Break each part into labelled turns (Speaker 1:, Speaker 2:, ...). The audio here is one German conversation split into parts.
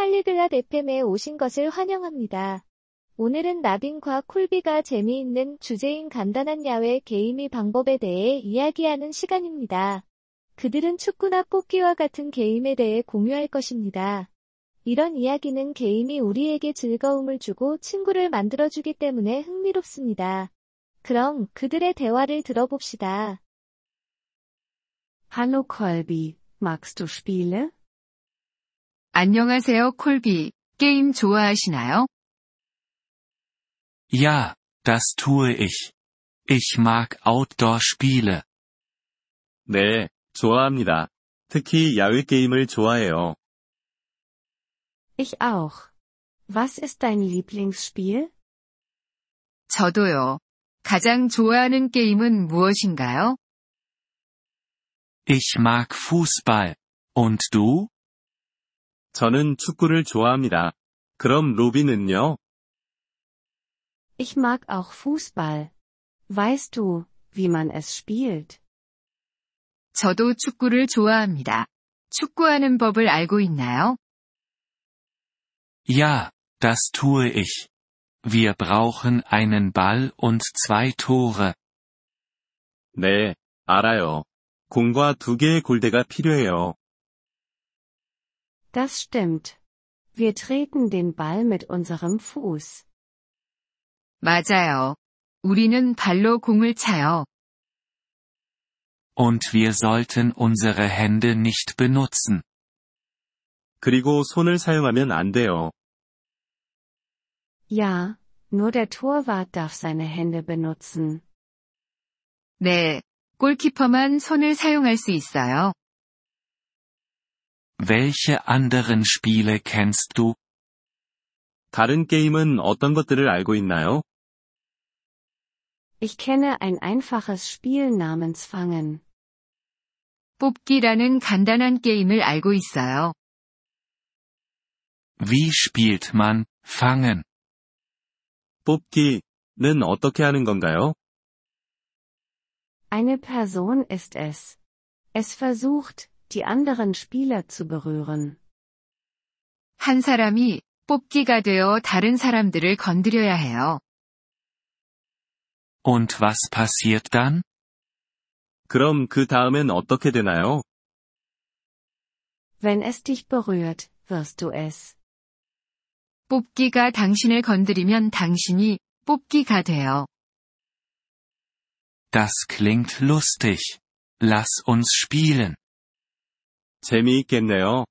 Speaker 1: 폴리글랏 FM에 오신 것을 환영합니다. 오늘은 나빈과 콜비가 재미있는 주제인 간단한 야외 게이미 방법에 대해 이야기하는 시간입니다. 그들은 축구나 뽑기와 같은 게임에 대해 공유할 것입니다. 이런 이야기는 게임이 우리에게 즐거움을 주고 친구를 만들어주기 때문에 흥미롭습니다. 그럼 그들의 대화를 들어봅시다.
Speaker 2: Hallo Kolbi, magst du Spiele?
Speaker 3: 안녕하세요, 콜비. 게임 좋아하시나요?
Speaker 4: Ja, das tue ich. Ich mag Outdoor-Spiele.
Speaker 5: 네, 좋아합니다. 특히 야외 게임을 좋아해요.
Speaker 2: Ich auch. Was ist dein Lieblingsspiel?
Speaker 3: 저도요. 가장 좋아하는 게임은 무엇인가요?
Speaker 4: Ich mag Fußball. Und du?
Speaker 5: 저는 축구를 좋아합니다. 그럼 로비는요?
Speaker 2: Ich mag auch Fußball. Weißt du, wie man es spielt?
Speaker 3: 저도 축구를 좋아합니다. 축구하는 법을 알고 있나요?
Speaker 4: Ja, das tue ich. Wir brauchen einen Ball und zwei Tore.
Speaker 5: 네, 알아요. 공과 두 개의 골대가 필요해요.
Speaker 2: Das stimmt. Wir treten den Ball mit unserem Fuß.
Speaker 3: 맞아요. 우리는 발로 공을 차요.
Speaker 4: Und wir sollten unsere Hände nicht benutzen.
Speaker 5: 그리고 손을 사용하면 안 돼요.
Speaker 2: Ja, nur der Torwart darf seine Hände benutzen.
Speaker 3: 네. 골키퍼만 손을 사용할 수 있어요.
Speaker 4: Welche anderen Spiele kennst du?
Speaker 5: 다른 게임은 어떤 것들을 알고 있나요?
Speaker 2: Ich kenne ein einfaches Spiel namens Fangen.
Speaker 3: 뽑기라는 간단한 게임을 알고 있어요.
Speaker 4: Wie spielt man Fangen?
Speaker 5: 뽑기는 어떻게 하는 건가요?
Speaker 2: Eine Person ist es. Es versucht, die anderen Spieler zu berühren.
Speaker 3: 한 사람이 뽑기가 되어 다른 사람들을 건드려야 해요.
Speaker 4: Und was passiert dann?
Speaker 5: 그럼 그 다음엔 어떻게 되나요?
Speaker 2: Wenn es dich berührt, wirst du es.
Speaker 3: 뽑기가 당신을 건드리면 당신이 뽑기가 돼요.
Speaker 4: Das klingt lustig. Lass uns spielen.
Speaker 5: 재미있겠네요.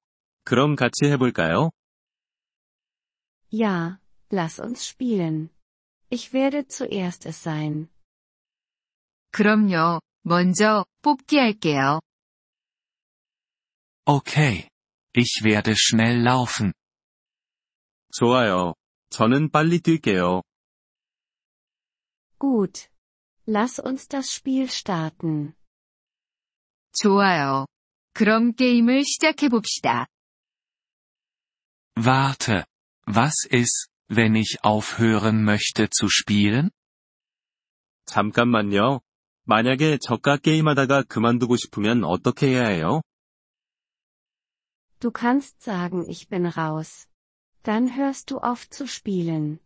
Speaker 5: 그럼 같이 해볼까요?
Speaker 2: Ja, lass uns spielen. Ich werde zuerst es sein.
Speaker 3: 그럼요. 먼저 뽑기 할게요.
Speaker 4: Okay. Ich werde schnell laufen.
Speaker 5: 좋아요. 저는 빨리 뛸게요.
Speaker 2: Gut. Lass uns das Spiel starten.
Speaker 3: 좋아요. 그럼 게임을 시작해 봅시다.
Speaker 4: Warte. Was ist, wenn ich aufhören möchte zu spielen?
Speaker 5: 잠깐만요. 만약에 저가 게임하다가 그만두고 싶으면 어떻게 해야 해요?
Speaker 2: Du kannst sagen, ich bin raus. Dann hörst du auf zu spielen.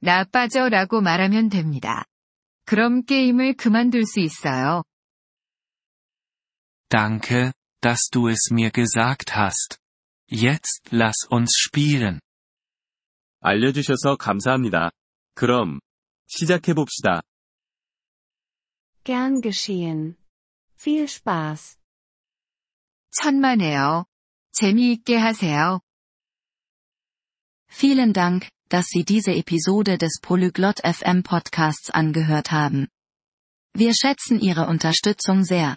Speaker 3: 나 빠져라고 말하면 됩니다. 그럼 게임을 그만둘 수 있어요.
Speaker 4: Danke, dass du es mir gesagt hast. Jetzt lass uns spielen.
Speaker 5: 알려주셔서 감사합니다. 그럼, 시작해봅시다.
Speaker 2: Gern geschehen. Viel Spaß.
Speaker 3: 천만에요. 재미있게 하세요.
Speaker 6: Vielen Dank, dass Sie diese Episode des Polyglot FM Podcasts angehört haben. Wir schätzen Ihre Unterstützung sehr.